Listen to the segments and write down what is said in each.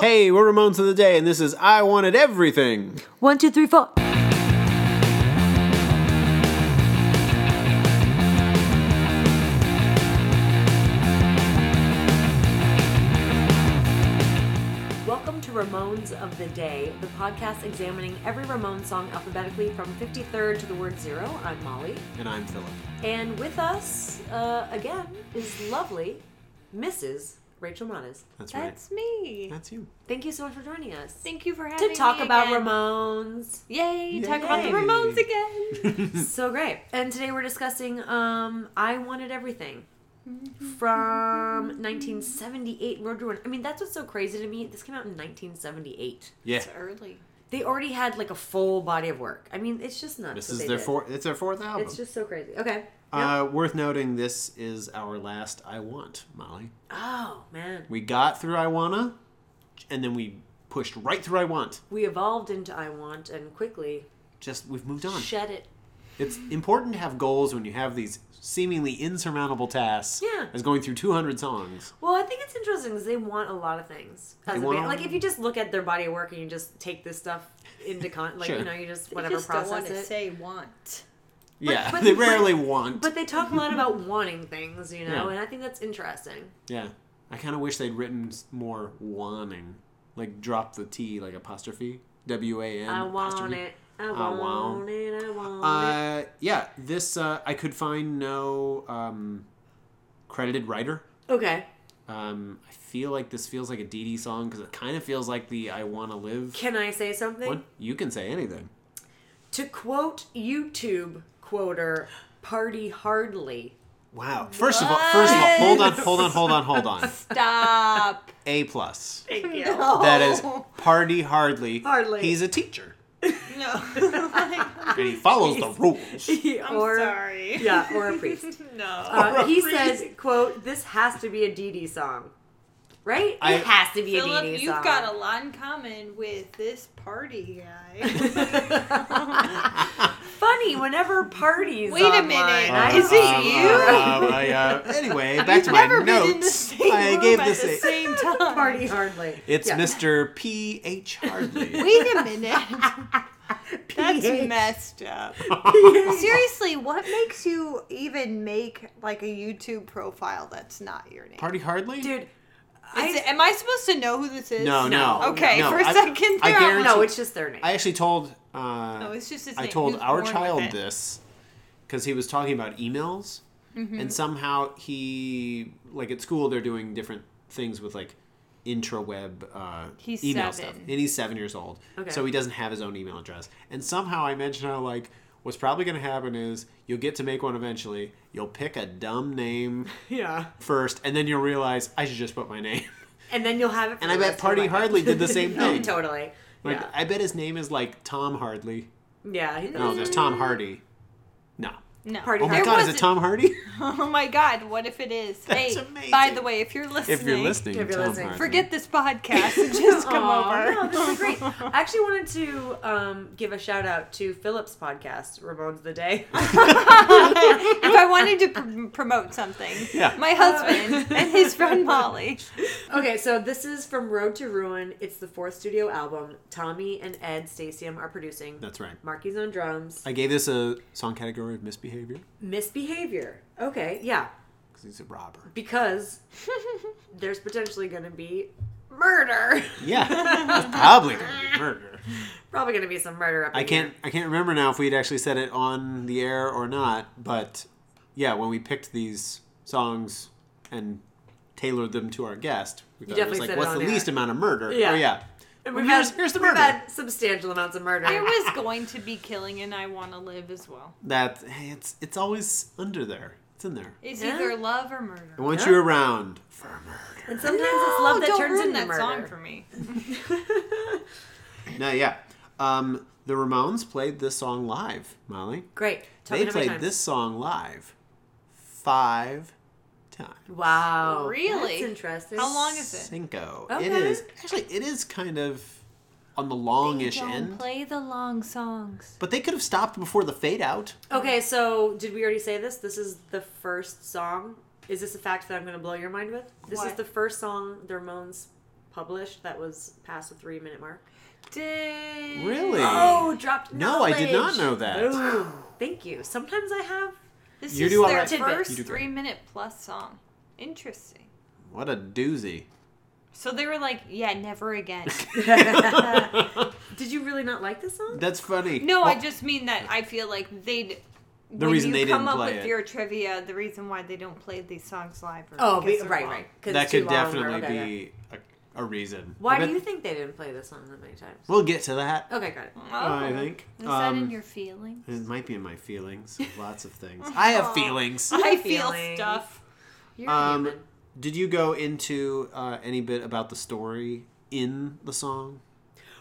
Hey, we're Ramones of the Day, and this is I Wanted Everything. One, two, three, four. Welcome to Ramones of the Day, the podcast examining every Ramones song alphabetically from 53rd to the word zero. I'm Molly. And I'm Philip. And with us, uh, again, is lovely Mrs. Rachel Manis. That's right. That's me. That's you. Thank you so much for joining us. Thank you for having to me. talk about again. Ramones. Yay, talk about the Yay. Ramones again. Mm. so great. And today we're discussing um I Wanted Everything Mm-hmm. from 1978 Road to Ruin. I mean, that's what's so crazy to me. This came out in 1978. Yeah. It's early. They already had like a full body of work. I mean, it's just nuts. This what is they their did. fourth. It's their fourth album. It's just so crazy. Okay. Yep. uh, worth noting, this is our last "I Want." Molly, oh man, we got through "I Wanna," and then we pushed right through "I Want." we evolved into I Want and quickly Just we've moved on. shed it. It's important to have goals when you have these seemingly insurmountable tasks. Yeah. As going through 200 songs. Well, I think it's interesting because they want a lot of things. As They a want band. all- Like if you just look at their body of work and you just take this stuff into con, like Sure. you know, you just They whatever just process don't want to it. say want. yeah. but- they but- rarely want. But they talk a lot about wanting things, you know, Yeah. and I think that's interesting. yeah. I kind of wish they'd written s- more "wanting," like drop the T, like apostrophe W A N. I want apostrophe. it. I I want, want- it. I want it. Uh, yeah, this uh, I could find no um, credited writer. Okay. Um, I feel like this feels like a DD song because it kind of feels like the "I Want to Live." Can I say something? one. You can say anything. To quote YouTube quoter Party Hardly. Wow. First of all, first of all, hold on, What? hold on, hold on, hold on. Stop. A plus. Thank you. That is party hardly. Oh. Hardly. He's a teacher No. and he follows the rules. I'm or sorry. yeah, or a priest. No. Uh, he says, "quote This has to be a DD song, right? I- it has to be a Philip, DD you've song." got a lot in common with this party guy. Funny whenever parties. Wait a online, minute. I Is it see. you? Uh, I, uh, anyway, back to my Never been in the notes. same I room gave at this the a. same time. Party Hardly. It's Yeah. Mr. P. H. Hardley. Wait a minute. That's PH. messed up. Seriously, what makes you even make like a YouTube profile that's not your name? Party Hardley? Dude, Is it- am I supposed to know who this is? No, no. No. Okay, no. for a I- second I there, I'm guarantee- like, no, it's just their name. I actually told uh, no, it's just his I name. told Who's our born with child it? this because he was talking about emails, Mm-hmm. and somehow he like at school they're doing different things with like intraweb uh, He's email seven. stuff, and he's seven years old, Okay. so he doesn't have his own email address. And somehow I mentioned how like. What's probably going to happen is you'll get to make one eventually. You'll pick a dumb name yeah. first, and then you'll realize I should just put my name. And then you'll have it. For And the I bet rest of your Party life. Hardley did the same Oh, thing. totally. Like yeah. I bet his name is like Tom Hardley. yeah. No, there's Tom Hardy. No. No. Party Oh my There god, is Mm. wasn't- it Tom Hardy? Oh my god, what if it is? That's hey, amazing. by the way, if you're listening, if you're listening, If you're Tom listening. Hardy. forget this podcast and just come Aw, over. No, this is great. I actually wanted to um, give a shout out to Philip's podcast, Ramones of the Day. if I wanted to pr- promote something, Yeah. my husband and his friend Molly. okay, so this is from Road to Ruin. It's the fourth studio album. Tommy and Ed Stasium are producing. That's right. Marky's on drums. I gave this a song category of misbehavior Misbehavior. Okay, yeah. because he's a robber. Because there's potentially going to be murder. Yeah, it's probably gonna be murder. Probably going to be some murder up in I can't. here. I can't remember now if we'd actually said it on the air or not. But yeah, when we picked these songs and tailored them to our guest, we thought it was definitely like, said it what's on the air. least amount of murder? Yeah. Oh yeah. And Well, we've here's, had, here's the we've murder. had substantial amounts of murder. There was going to be killing, and I want to live as well. That hey, it's it's always under there. It's in there. It's Yeah. either love or murder. I want Yeah. you around for murder. And sometimes it's love that Oh, don't turns ruin into that murder. song for me. No, yeah. Um, the Ramones played this song live, Molly. Great. Tell they me how many played times. this song live five times. Wow. Really? That's interesting. How long is it? Cinco. It Okay. is actually it is kind of on the longish end. play the long songs. But they could have stopped before the fade out. Okay, so did we already say this? This is the first song. Is this a fact that I'm going to blow your mind with? This is What? the first song the Ramones published that was past the three minute mark. Dang. Really? Oh, dropped No, I did not knowledge. know that. Boom. Thank you. Sometimes I have. This You is do all their right. Tidbit. You do first great. three minute plus song. Interesting. What a doozy. So they were like, yeah, never again. Did you really not like this song? That's funny. No, Well, I just mean that I feel like they'd. The when reason you they come didn't up play with it. your trivia, the reason why they don't play these songs live. Or Oh, because be, they're right, long. right. 'cause that it's too could long or- definitely okay, okay. be a, a reason. I Why bet- do you think they didn't play this song that many times? We'll get to that. Okay, got it. Oh. I think. Is that in Um, your feelings? It might be in my feelings. Lots of things. I have feelings. I feel feelings. stuff. You're Um, human. Did you go into uh, any bit about the story in the song?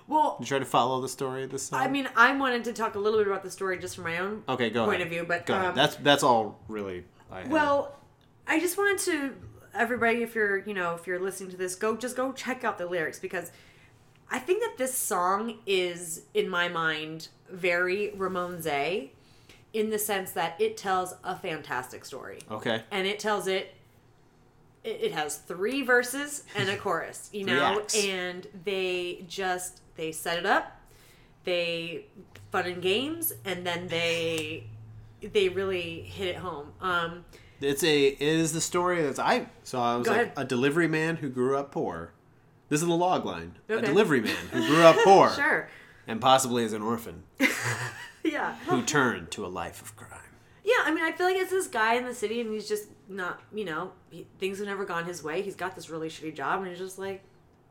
Well, You try to follow the story of the song. I mean, I wanted to talk a little bit about the story just from my own okay, go point ahead. of view, but go um, ahead. That's that's all really. I had. Well, I just wanted to everybody if you're, you know, if you're listening to this, go just go check out the lyrics because I think that this song is in my mind very Ramones in the sense that it tells a fantastic story. okay. And it tells it it it has three verses and a chorus, you Three know, acts. and they just they set it up. They fun and games and then they they really hit it home. Um It's a it is the story that I saw. It was Go like ahead. a delivery man who grew up poor. This is the log line. A Okay. delivery man who grew up poor Sure. and possibly as an orphan Yeah. who turned to a life of crime. Yeah, I mean, I feel like it's this guy in the city and he's just not, you know, he, things have never gone his way. He's got this really shitty job and he's just like,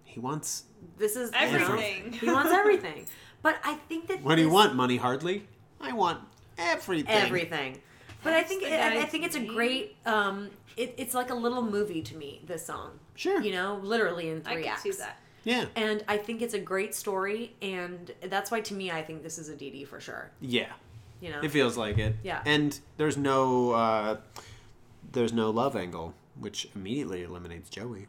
He wants this is you know, Everything. he wants everything. But I think that. what do you this- want? Money hardly. I want everything. Everything. But I think the it, I I guy's think it's a name. great. Um, it, it's like a little movie to me. This song, Sure. you know, literally in I three can acts. see that. Yeah. And I think it's a great story, and that's why to me, I think this is a DD for sure. Yeah. You know, It feels like it. Yeah. And there's no uh there's no love angle, which immediately eliminates Joey.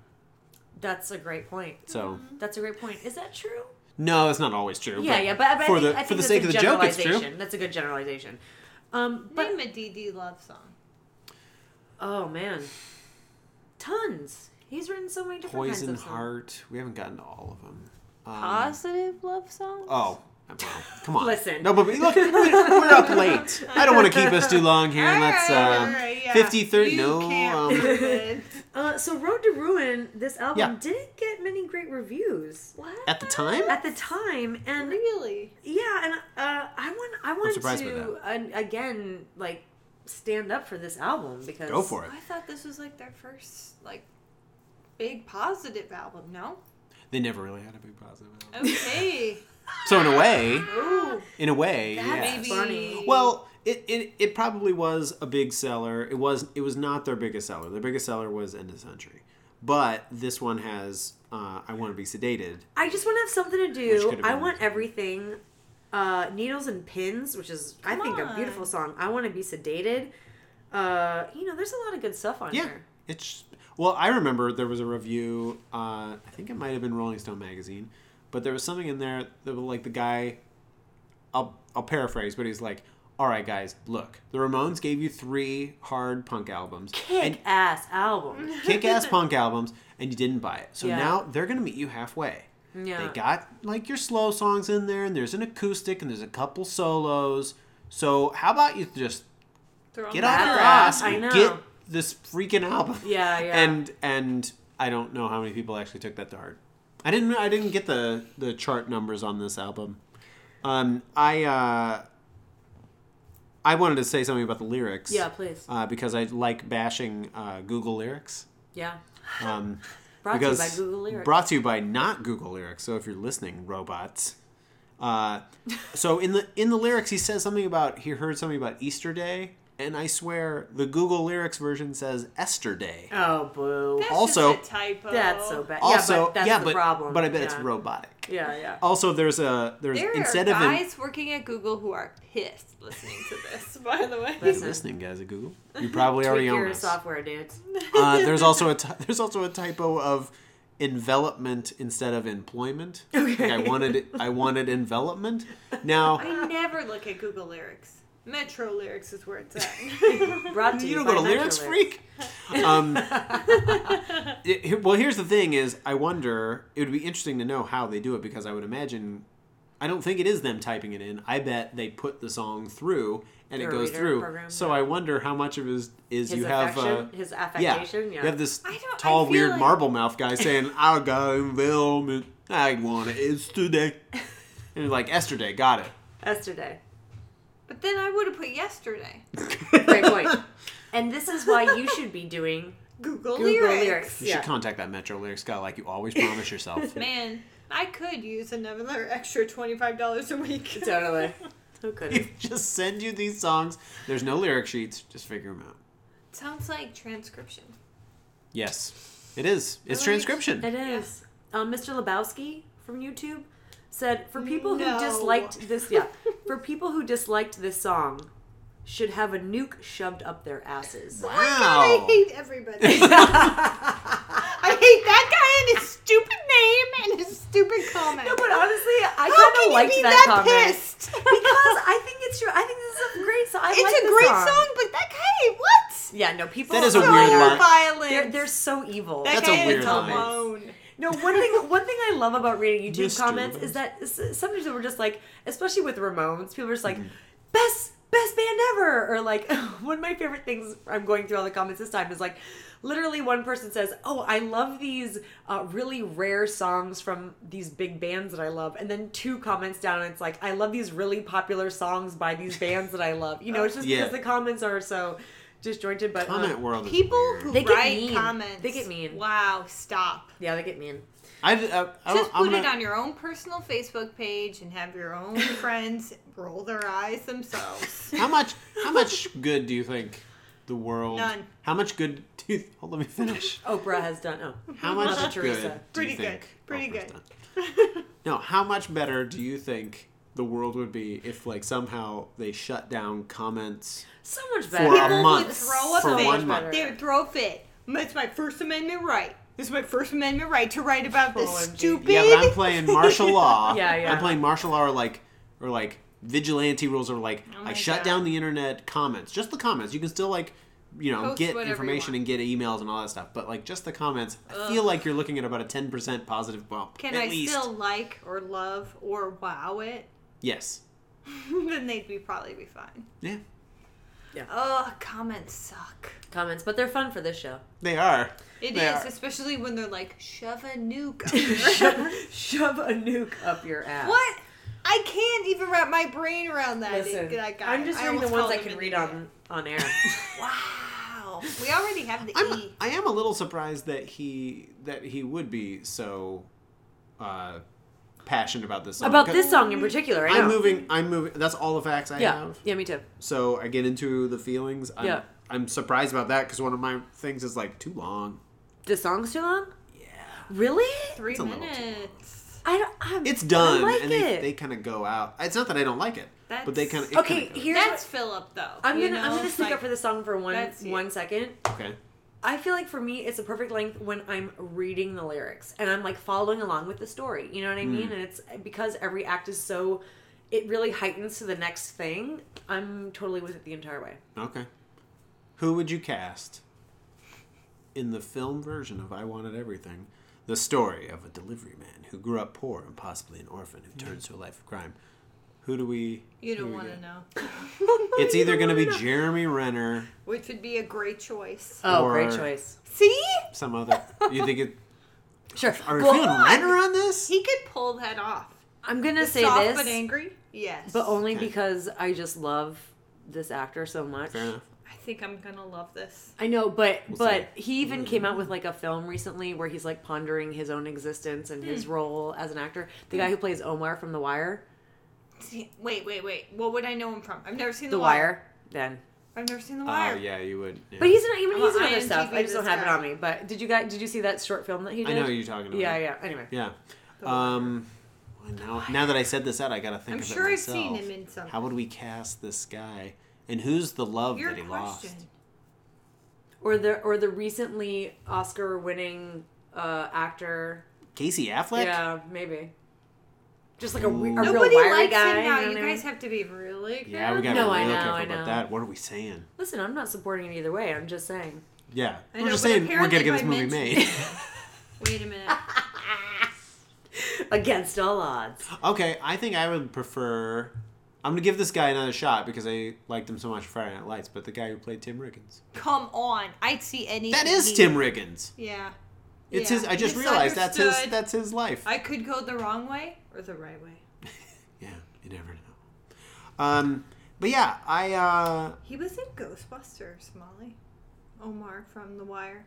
that's a great point. So That's a great point. Is that true? no, that's not always true. Mm-hmm. Yeah, yeah, but, but for I think, the I for think the that's sake a of the joke, it's true. generalization. That's a good generalization. Um, but Name a DD love song. oh man, tons. He's written so many different Poison kinds of songs. Heart. We haven't gotten to all of them. Um, Positive love song. Oh. Well, come on. Listen. No, but we- look, we're we're up late. I don't want to keep us too long here. Let's um, 50, 30, no. um, Uh, so Road to Ruin, this album Yeah. didn't get many great reviews what? at the time? at the time, and Really? yeah, and uh, I want I want surprised by to uh, again like stand up for this album because Go for it. I thought this was like their first like big positive album. No. They never really had a big positive. album. Okay. So in a way, Ooh. in a way, That yes. may Maybe. be- funny. Well, it, it it probably was a big seller. It was it was not their biggest seller. Their biggest seller was End of Century, but this one has uh, I Want to Be Sedated. I just want to have something to Which do. could've I been- want everything. Uh, Needles and Pins, which is, I Come think, a on. beautiful song. I want to be sedated. Uh, you know, there's a lot of good stuff on Yeah, here. it's well. I remember there was a review. Uh, I think it might have been Rolling Stone magazine, but there was something in there that was like the guy. I'll I'll paraphrase, but he's like, "All right, guys, look, the Ramones gave you three hard punk albums, Kick and ass album. kick-ass punk albums and you didn't buy it. So Yeah. now they're going to meet you halfway. Yeah. They got like your slow songs in there and there's an acoustic and there's a couple solos. So how about you just Throw get them off that your out. ass I and know. get this freaking album. Yeah, yeah. And and I don't know how many people actually took that to heart. I didn't I didn't get the the chart numbers on this album. Um I uh I wanted to say something about the lyrics. yeah, please. Uh, because I like bashing uh, Google lyrics. Yeah. Um, Brought because to you by Google Lyrics. Brought to you by not Google Lyrics. So if you're listening, robots. Uh, so in the in the lyrics, he says something about he heard something about Easter Day, and I swear the Google Lyrics version says Ester Day. oh, boo. That's Also- just a typo. That's so bad. Also, yeah, but that's yeah, the but, problem. but I bet it's Yeah. robotic. Yeah, yeah. Also, there's a there's There instead are of an, guys working at Google who are pissed listening to this. By the way, Hey, Listen. listening guys at Google, you probably Tweak already your own us. software, dudes. Uh, there's also a ty- there's also a typo of envelopment instead of employment. Like I Okay. wanted I wanted envelopment. Now I never look at Google lyrics. Metro lyrics is where it's at. Brought to You you, don't by go to Metro lyrics, freak. Um, it- well, here's the thing: is I wonder it would be interesting to know how they do it because I would imagine I don't think it is them typing it in. I bet they put the song through and it Through a goes reader through. program, so I wonder how much of it is is His you have. affection, Uh, his yeah, affectation. Yeah, you have this I don't- I tall, feel weird like- marble mouth guy saying, "I got involvement. I want it. It's today." And you're like, "Esther Day, got it." yesterday. but then I would have put yesterday. Great point. And this is why you should be doing Google, Google lyrics. lyrics. You Yeah. should contact that Metro Lyrics guy like you always promise yourself. Man, I could use another extra twenty five dollars a week. Totally. Who could? just send you these songs. There's no lyric sheets. Just figure them out. Sounds like transcription. Yes, it is. It's Really? transcription. It is. Um, Mr. Lebowski from YouTube said for people who No. disliked this, yeah, for people who disliked this song, should have a nuke shoved up their asses. Oh my God, I hate everybody. I hate that guy and his stupid name and his stupid comment. No, but honestly, I How kind can of liked you be that, that, comment pissed? because I think it's true. I think this is a great song. I it's like a this great song. song. but that guy, what? Yeah, no, people. That is a are- weird line. violence. They're, they're so evil. that That's guy a weird is line. alone. No, one thing one thing I love about reading YouTube Mr. comments is that s- sometimes we're just like, especially with Ramones, people are just like, Mm-hmm. best best band ever, or like one of my favorite things I'm going through all the comments this time is like, literally one person says, oh, I love these uh, really rare songs from these big bands that I love, and then two comments down, it's like, I love these really popular songs by these bands that I love. You know, it's just Yeah. because the comments are so disjointed, but uh, Comment world. Is People weird. who They get write mean. comments. They get mean. Oh, Wow, stop. yeah, they get mean. I, I, I, Just don't- put I'm it gonna, on your own personal Facebook page and have your own friends roll their eyes themselves. How much? How much good do you think the world? None. How much good do you? Hold, let me finish. Oprah has done. Oh, How much Mother good? Teresa. Do Pretty you good. think Pretty Oprah's good. done? No, how much better do you think the world would be if, like, somehow they shut down comments? so much a better. People would month. throw a For fit. one month. They would throw a fit. It's my First Amendment right. This is my First Amendment right to write about this OMG. stupid. Yeah, but I'm playing martial law. Yeah, yeah. I'm playing martial law or like or like vigilante rules or like Oh my I shut God. down the internet comments. Just the comments. You can still like you know, Post get whatever you information want. and get emails and all that stuff. But like just the comments, I feel like you're looking at about a ten percent positive bump. Can at I least. still like or love or wow it? Yes. then they'd be probably be fine. Yeah. Oh, comments suck. comments, but they're fun for this show. They are. It is, They are. especially when they're like, shove a nuke. up your-" shove, shove a nuke up your ass. what? I can't even wrap my brain around that. Listen, that guy. I'm just I reading the almost ones called I him can an read idiot. on on air. Wow. We already have the I'm E. I am a little surprised that he that he would be so uh passionate about this song. About 'Cause this song in particular, I know. I'm moving I'm moving that's all the facts I Yeah, have. yeah, me too. so I get into the feelings. I'm, Yeah. I'm surprised about that because one of my things is like too long. The song's too long. Yeah. Really? Three a little too minutes. I don't. I'm, It's done, I like and it. they, they kind of go out. It's not that I don't like it, but they kind That's- of Okay, here- Here's That's Philip, though. I'm you gonna I'm know? gonna speak Like, up for the song for one that's you. one second. okay. I feel like for me, it's a perfect length when I'm reading the lyrics and I'm like following along with the story. You know what I mean? Mm. And it's because every act is so, it really heightens to the next thing. I'm totally with it the entire way. Okay, who would you cast in the film version of "I Wanted Everything"? The story of a delivery man who grew up poor and possibly an orphan who turns to a life of crime. Who do we? You who do don't we want to get? know. It's either going to be Jeremy Renner, Which would be a great choice. Oh, Or- great choice. See? some other. You think it? Sure. Are we Well, feeling Renner on this? He could pull that off. I'm gonna say Soft this, but but, angry? Yes. only Okay. because I just love this actor so much. Fair enough. I think I'm going to love this. I know, but but see. Mm. he even came out with like a film recently where he's like pondering his own existence and his role as an actor. The Hmm. guy who plays Omar from The Wire, See, wait, wait, wait. What would I know him from? I've never seen The, The Wire, then. I've never seen The Oh Wire. yeah, you would. yeah. But he's in, even I'm he's on in other IMDb stuff. I just don't this have it guy. on me. But did you guys did you see that short film that he I did? know who you're talking about. Yeah, yeah. Anyway, Yeah. Um, well, now, now that I said this out, I gotta think I'm of sure it I've myself. seen him in something. How would we cast this guy? And who's the love Your that he question. lost? or the or the recently Oscar winning uh, actor. Casey Affleck. Yeah, maybe. Just like a, we- a Nobody real wiry likes guy. him now. you know You what I mean? guys have to be really careful. Yeah, we gotta No, be I real know, careful I know. about that. What are we saying? Listen, I'm not supporting it either way. I'm just saying. Yeah, I we're know, just but saying we're gonna get this movie apparently by made. Wait a minute. Against all odds. okay, I think I would prefer. I'm gonna give this guy another shot because I liked him so much for Friday Night Lights. But the guy who played Tim Riggins. Come on. I'd see any. That is he- Tim Riggins. Yeah. It's Yeah. his. I just realized that's his. Misunderstood. That's his life. I could go the wrong way or the right way. yeah, you never know. Um, but yeah, I. uh He was in Ghostbusters, Molly. Omar from The Wire.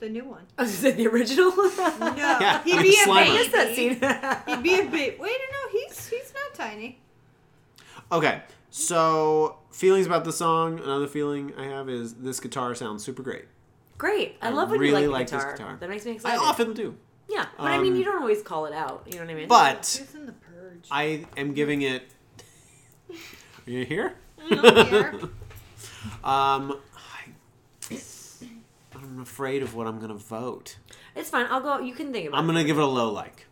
The new one. Is it the original? No. Yeah, he'd like be a Slimer. I missed that baby. scene. He'd be a baby. Wait, no, he's he's not tiny. Okay, so feelings about the song. Another feeling I have is this guitar sounds super great. Great. I, I love when really you like like, the this guitar. guitar. That makes me I excited. often do, yeah, but I mean, um, you don't always call it out. You know what I mean? but He was in The Purge. I am giving it. Are you here? don't care. um, I, I'm afraid of what I'm gonna vote. it's fine. I'll go. You can think about I'm gonna give it a low like. it.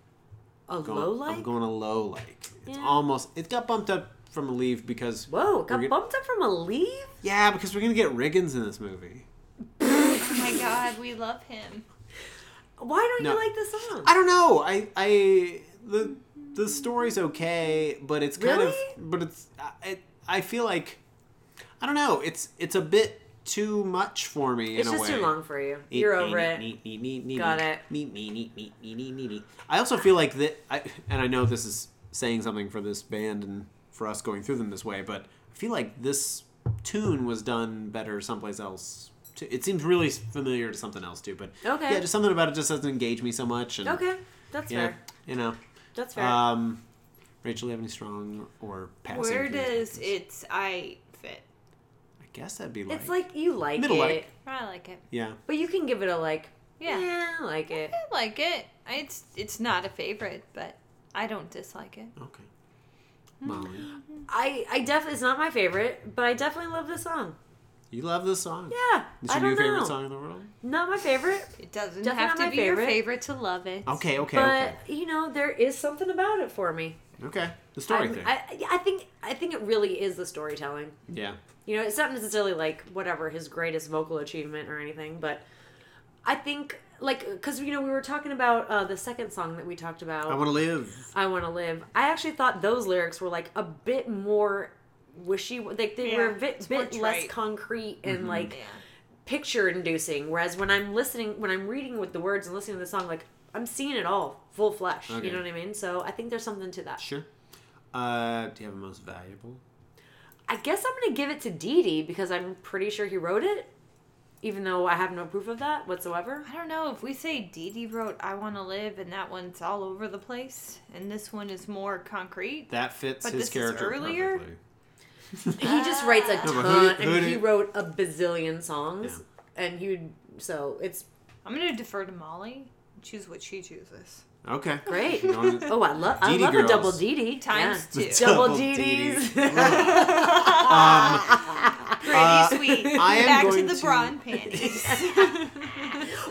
A Going- low light. I'm going a low like. It's Yeah. almost. It got bumped up from a leave because. Whoa! it We're Got get- bumped up from a leave. Yeah, because we're gonna get Riggins in this movie. oh my god, we love him. Why don't No. you like the song? I don't know. I I the the story's okay, but it's kind Really? of but it's I it, I feel like I don't know. It's it's a bit too much for me in it's a just way. too long for you. You're over it. Got it. it. I also feel like that, I, and I know this is saying something for this band and for us going through them this way, but I feel like this tune was done better someplace else. Too. It seems really familiar to something else too, but Okay. yeah, just something about it just doesn't engage me so much. And, Okay, that's yeah, fair. you know. That's fair. Um, Rachel, do you have any strong or passing? Where feelings? does it's I fit? I guess that'd be like, it's like you like middle it, like. I like it. yeah. but you can give it a like. Yeah. yeah, I like it. I like it. It's it's not a favorite, but I don't dislike it. Okay. Hmm. Molly, I I definitely it's not my favorite, but I definitely love this song. you love this song. Yeah, It's I your don't new favorite know. song in the world? Not my favorite, It doesn't Definitely have to not my be your favorite. favorite to love it. Okay, okay, but you know there is something about it for me. okay. Okay. The story I, thing. I I think I think it really is the storytelling. yeah. You know, it's not necessarily like whatever his greatest vocal achievement or anything, but I think like because you know we were talking about uh, the second song that we talked about. I want to live. I want to live. I actually thought those lyrics were like a bit more wishy. Like they Yeah, were a bit, it's more bit less trite. concrete and Mm-hmm. like Yeah. picture inducing. Whereas when I'm listening, when I'm reading with the words and listening to the song, like I'm seeing it all full flesh. Okay. You know what I mean? So I think there's something to that. Sure. Uh, do you have a most valuable? I guess I'm gonna give it to Dee Dee because I'm pretty sure he wrote it, even though I have no proof of that whatsoever. I don't know if we say Dee Dee wrote "I Want to Live" and that one's all over the place, and this one is more concrete. That fits But his this is character earlier? perfectly. He just writes a but who ton, did- who and he did- wrote a bazillion songs, and he would. So it's I'm gonna defer to Molly. and Choose what she chooses. Okay. great. You wanna- Um, Oh, I love I DD love girls. a double DD Times yeah. two. double DDs. DDs. um, Ah. Pretty Uh, sweet. I am Back going to the to- bra and panties.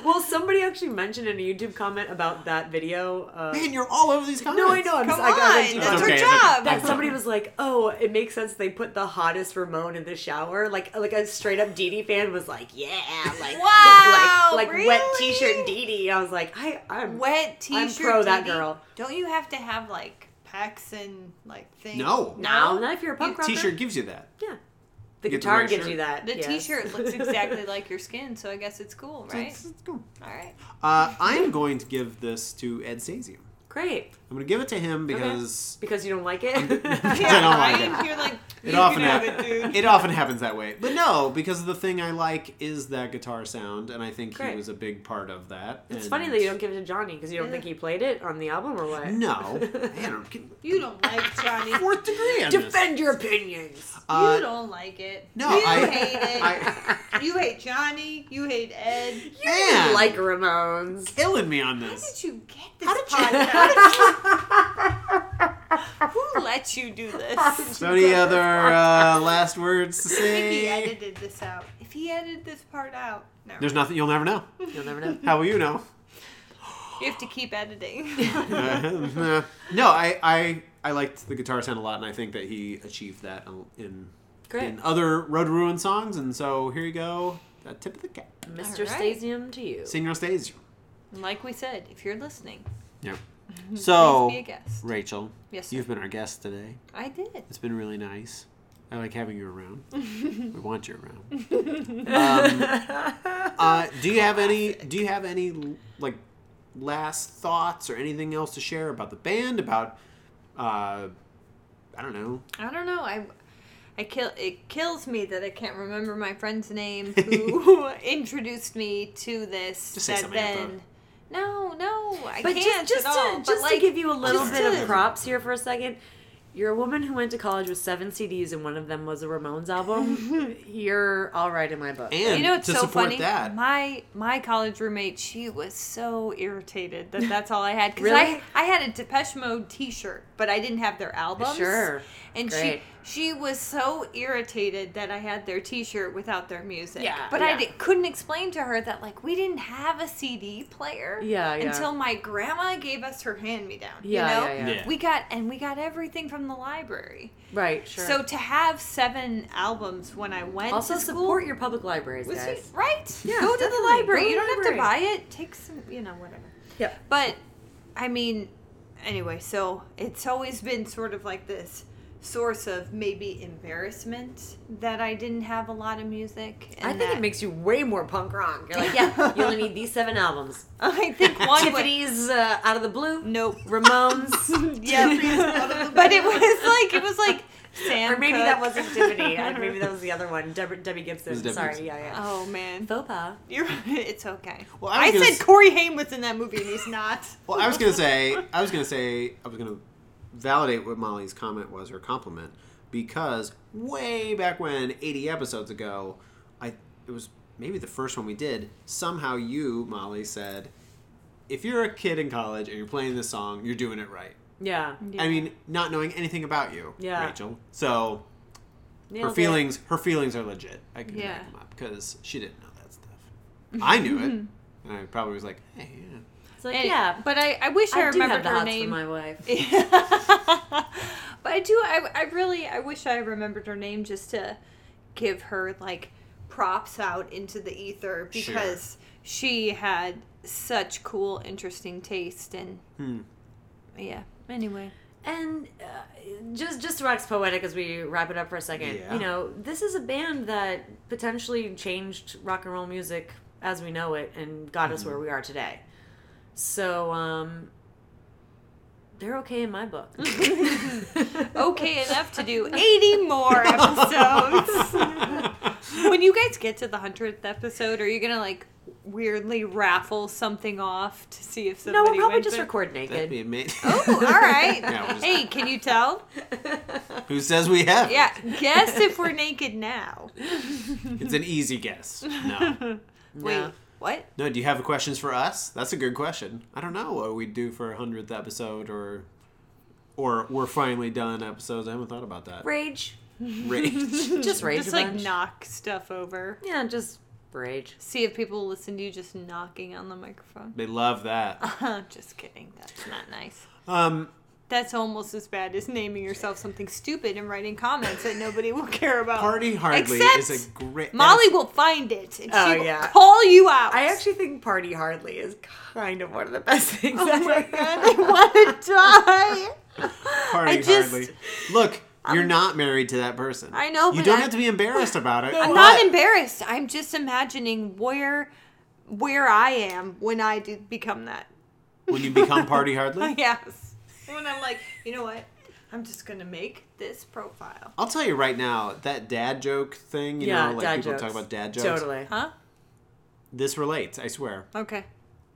well, somebody actually mentioned in a YouTube comment about that video. Uh, man, you're all over these comments. no, I know. I'm, Come I gotta on, do that's that. our Okay, her job. That somebody was like, "Oh, it makes sense they put the hottest Ramon in the shower." Like, like a straight up Dee Dee fan was like, "Yeah, like, Wow, like, like wet really? T-shirt Dee Dee." I was like, "I, I'm Wet I'm t-shirt. pro that Dee Dee. girl. Don't you have to have like pecs and like things? No. now, not if you're a punk rocker." T-shirt gives you that. yeah. The You get to guitar wear a gives shirt. you that. The yes. t-shirt looks exactly like your skin, so I guess it's cool, So right? it's- it's cool. All right. Uh, I am going to give this to Ed Sazium. Great, I'm going to give it to him because because you don't like it. I don't like it. right? You're like, you It can often have hap- it, dude. it often happens that way. But no, because the thing I like is that guitar sound, and I think he Great. was a big part of that. It's and- funny that you don't give it to Johnny because you don't Yeah. think he played it on the album or what? No, man, I'm getting You don't like Johnny. You fourth degree on this. Defend your opinions. Uh, don't like it. no, you I- hate it. I, you hate Johnny. You hate Ed. man, like Ramones. killing me on How this. did you get this How did you- Who let you do this? So any other uh, last words to If he say? edited this out. If he edited this part out. No. There's nothing. You'll never know. You'll never know. How will you know? You have to keep editing. Uh, no, I, I I liked the guitar sound a lot, and I think that he achieved that in Great. in other Road to Ruin songs. And so here you go, a tip of the cap, Mr. All right. Stasium to you. Senior Stage. like we said, if you're listening, Yeah. please So be a guest. Rachel, Yes, sir. Oh. you've been our guest today. I did. It's been really nice. I like having you around. we want you around. Um, uh, do you have any? Do you have any like last thoughts or anything else to share about the band? About uh, I don't know. I don't know. I, I kill. It kills me that I can't remember my friend's name who introduced me to this. Just say that something at the- No, no, I but can't just, just, at all. to, But, just to like, give you a little just bit to- of props here for a second, you're a woman who went to college with seven CDs and one of them was a Ramones album. you're all right in my book. And you know it's to so support funny. that, My my college roommate, she was so irritated that that's all I had because Really? I I had a Depeche Mode T-shirt, but I didn't have their albums. Sure. And Great. she she was so irritated that I had their T-shirt without their music. Yeah, But I yeah. di- couldn't explain to her that like we didn't have a CD player. Yeah, yeah. Until my grandma gave us her hand-me-down. Yeah, You know? yeah, yeah. Yeah. We got and we got everything from the library. Right, sure. So to have seven albums when I went also to school, support your public libraries, was guys. it- right? Yeah, go to the definitely. library. Go to you the don't library. have to buy it. Take some, you know, whatever. Yep. But I mean, anyway, so it's always been sort of like this source of maybe embarrassment that I didn't have a lot of music. I and think that- it makes you way more punk rock. You're like, yeah, you only need these seven albums. I think one would, Tiffany's uh, Out of the Blue, nope. Ramones, Yeah, but it was like it was like Sam. or maybe Cooke. that wasn't Tiffany. Uh, Maybe that was the other one, Deb- Debbie Gibson. was Debbie Sorry, Gibson. yeah, yeah. Oh man, Faux pas. you're. It's okay. Well, I I, was gonna said s- Corey Haim was in that movie, and he's not. Well, I was gonna say, I was gonna say, I was gonna validate what Molly's comment was, her compliment, because way back when, eighty episodes ago, I it was maybe the first one we did. Somehow, you, Molly, said, if you're a kid in college and you're playing this song, you're doing it right. Yeah. I mean, not knowing anything about you, Yeah. Rachel. So her Nailed it. feelings, her feelings are legit. I can Yeah. back them up because she didn't know that stuff. I knew it, and I probably was like, hey, yeah. It's like, And- yeah. but I, I wish I, I do have remembered the her hots name. for my wife. but I do. I, I really. I wish I remembered her name just to give her like props out into the ether Sure. because she had such cool, interesting taste and Hmm. yeah. Anyway, And uh, just just to wax poetic as we wrap it up for a second, Yeah. you know, this is a band that potentially changed rock and roll music as we know it and got Mm-hmm. us where we are today. So um, they're okay in my book. okay enough to do eighty more episodes. when you guys get to the hundredth episode, are you gonna like weirdly raffle something off to see if no, somebody? we'll probably wins just it? record That'd be naked. amazing. Oh, all right. Yeah, we'll just- hey, can you tell? Who says we have? Yeah, guess if we're naked now. It's an easy guess. No. Wait, what? No, do you have questions for us? That's a good question. I don't know what we'd do for a hundredth episode or or we're finally done episodes. I haven't thought about that. Rage. Rage. Just rage. just a like bunch. knock stuff over. Yeah, just rage. See if people listen to you just knocking on the microphone. they love that. just kidding. That's not nice. Um That's almost as bad as naming yourself something stupid and writing comments that nobody will care about. Party Hardly Except is a great Molly will find it and Oh, she will yeah. call you out. I actually think Party Hardly is kind of one of the best things Oh ever. my god, I want to die. Party I just- um, Hardly. Look, you're not married to that person. I know, You but don't I- have to be embarrassed about it. I'm not embarrassed. I'm just imagining where where I am when I do become that. when you become Party Hardly. Yes. When I'm like, you know what? I'm just gonna make this profile. I'll tell you right now, that dad joke thing, you yeah, know, like dad people jokes. talk about dad jokes. Totally. Huh? This relates, I swear. Okay.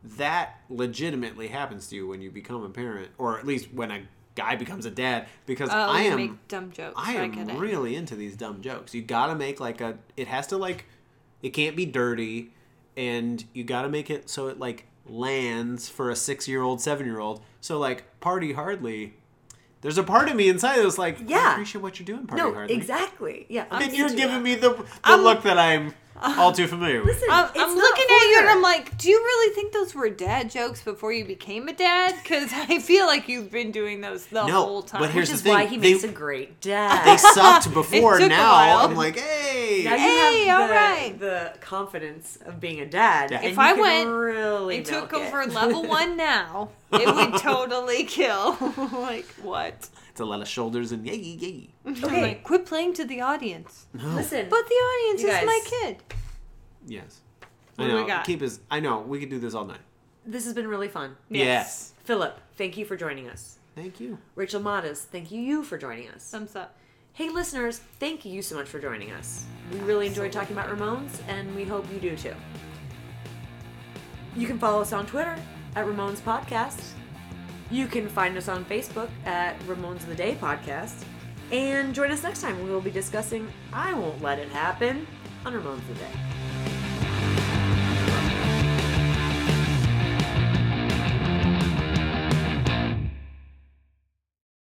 that legitimately happens to you when you become a parent, or at least when a guy becomes a dad. Because Oh, I you am, make dumb jokes. I am get it. really into these dumb jokes. You gotta make like a. It has to like, it can't be dirty, and you gotta make it so it like lands for a six-year-old, seven-year-old. So like, party hardly. There's a part of me inside that's like, I Yeah. appreciate what you're doing, party No, hardly. exactly. Yeah. And you're giving me the, the I'm- look that I'm all too familiar with. Listen, I'm, it's I'm not looking at you and fair. I'm like, do you really think those were dad jokes before you became a dad? Because I feel like you've been doing those the No, whole time. but here's which is the thing, why he they- makes a great dad. They sucked before. took a Now while. I'm like, hey, now you Hey, have all the, right. the confidence of being a dad. Yeah. and If you I can went really I took milk it. over level one now. It would totally kill. like what? it's a lot of shoulders and yay, yay. I'm okay, like, quit playing to the audience. listen. But the audience You is my guys- kid. Yes, What I do know. we got? Keep his. I know. We could do this all night. this has been really fun. Yes. Philip, thank you for joining us. Thank you. Rachel Matas, thank you you for joining us. Thumbs up. Hey listeners, thank you so much for joining us. We really enjoyed talking about Ramones, and we hope you do too. You can follow us on Twitter at Ramones Podcast. You can find us on Facebook at Ramones of the Day Podcast. And join us next time. We will be discussing I Won't Let It Happen on Ramones of the Day.